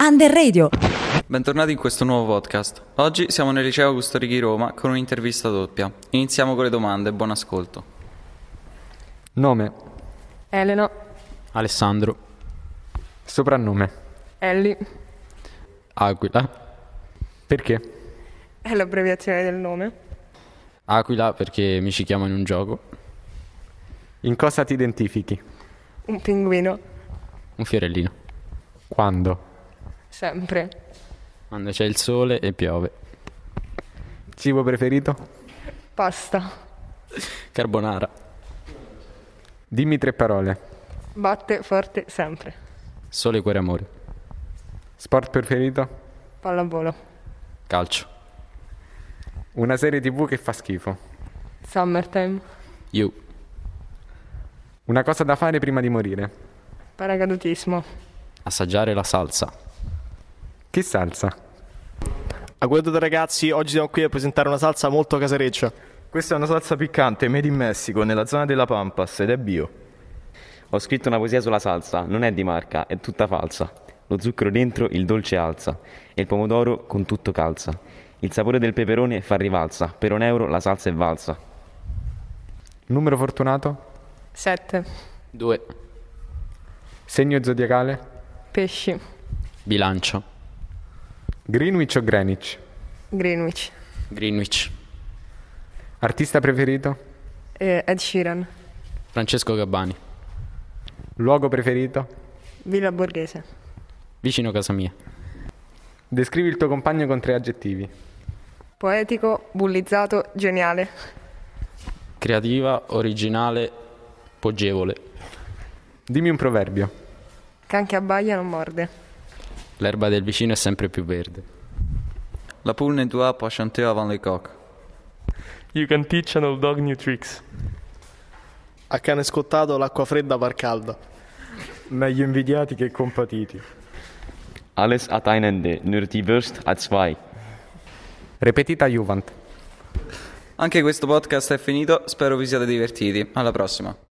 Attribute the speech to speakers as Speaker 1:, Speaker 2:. Speaker 1: Under Radio.
Speaker 2: Bentornati in questo nuovo podcast. Oggi siamo nel liceo Augusto Righi Roma con un'intervista doppia. Iniziamo con le domande, buon ascolto.
Speaker 3: Nome,
Speaker 4: Elena,
Speaker 5: Alessandro,
Speaker 3: soprannome,
Speaker 4: Ellie,
Speaker 5: Aquila.
Speaker 3: perché?
Speaker 4: è l'abbreviazione del nome.
Speaker 5: Aquila perché mi ci chiamo in un gioco.
Speaker 3: In cosa ti identifichi?
Speaker 4: Un pinguino,
Speaker 5: Un fiorellino.
Speaker 3: Quando?
Speaker 4: sempre.
Speaker 5: Quando c'è il sole e piove.
Speaker 3: Cibo preferito?
Speaker 4: Pasta,
Speaker 5: Carbonara.
Speaker 3: Dimmi tre parole.
Speaker 4: batte forte sempre.
Speaker 5: Sole, cuore, amore.
Speaker 3: Sport preferito?
Speaker 4: Pallavolo,
Speaker 5: Calcio.
Speaker 3: Una serie tv che fa schifo.
Speaker 4: summertime,
Speaker 5: You.
Speaker 3: Una cosa da fare prima di morire.
Speaker 4: paracadutismo,
Speaker 5: Assaggiare la salsa.
Speaker 3: Che salsa?
Speaker 6: Agguardate ragazzi, oggi siamo qui a presentare una salsa molto casareccia.
Speaker 7: Questa è una salsa piccante made in Messico, nella zona della Pampas, ed è bio.
Speaker 8: Ho scritto una poesia sulla salsa, non è di marca, è tutta falsa. Lo zucchero dentro, il dolce alza, e il pomodoro con tutto calza. Il sapore del peperone fa rivalsa, per un euro la salsa è valsa.
Speaker 3: Numero fortunato?
Speaker 4: 7,
Speaker 5: 2.
Speaker 3: Segno zodiacale?
Speaker 4: pesci,
Speaker 5: Bilancia.
Speaker 3: Greenwich o Greenwich?
Speaker 4: Greenwich,
Speaker 5: Greenwich.
Speaker 3: Artista preferito?
Speaker 4: eh, Ed Sheeran,
Speaker 5: Francesco Gabbani.
Speaker 3: Luogo preferito?
Speaker 4: Villa Borghese,
Speaker 5: Vicino casa mia.
Speaker 3: Descrivi il tuo compagno con tre aggettivi.
Speaker 4: poetico, bullizzato, geniale,
Speaker 5: Creativa, originale, poggevole.
Speaker 3: Dimmi un proverbio.
Speaker 4: can che abbaia non morde,
Speaker 5: L'erba del vicino è sempre più verde.
Speaker 2: La poule n'est doit pas chanter avant les coqs.
Speaker 9: You can teach an old dog new tricks.
Speaker 6: A cane scottato l'acqua fredda par calda.
Speaker 3: Meglio invidiati che compatiti.
Speaker 8: Alles hat ein Ende, nur die Wurst hat zwei.
Speaker 3: Repetita Juvent.
Speaker 2: Anche questo podcast è finito, spero vi siate divertiti. Alla prossima.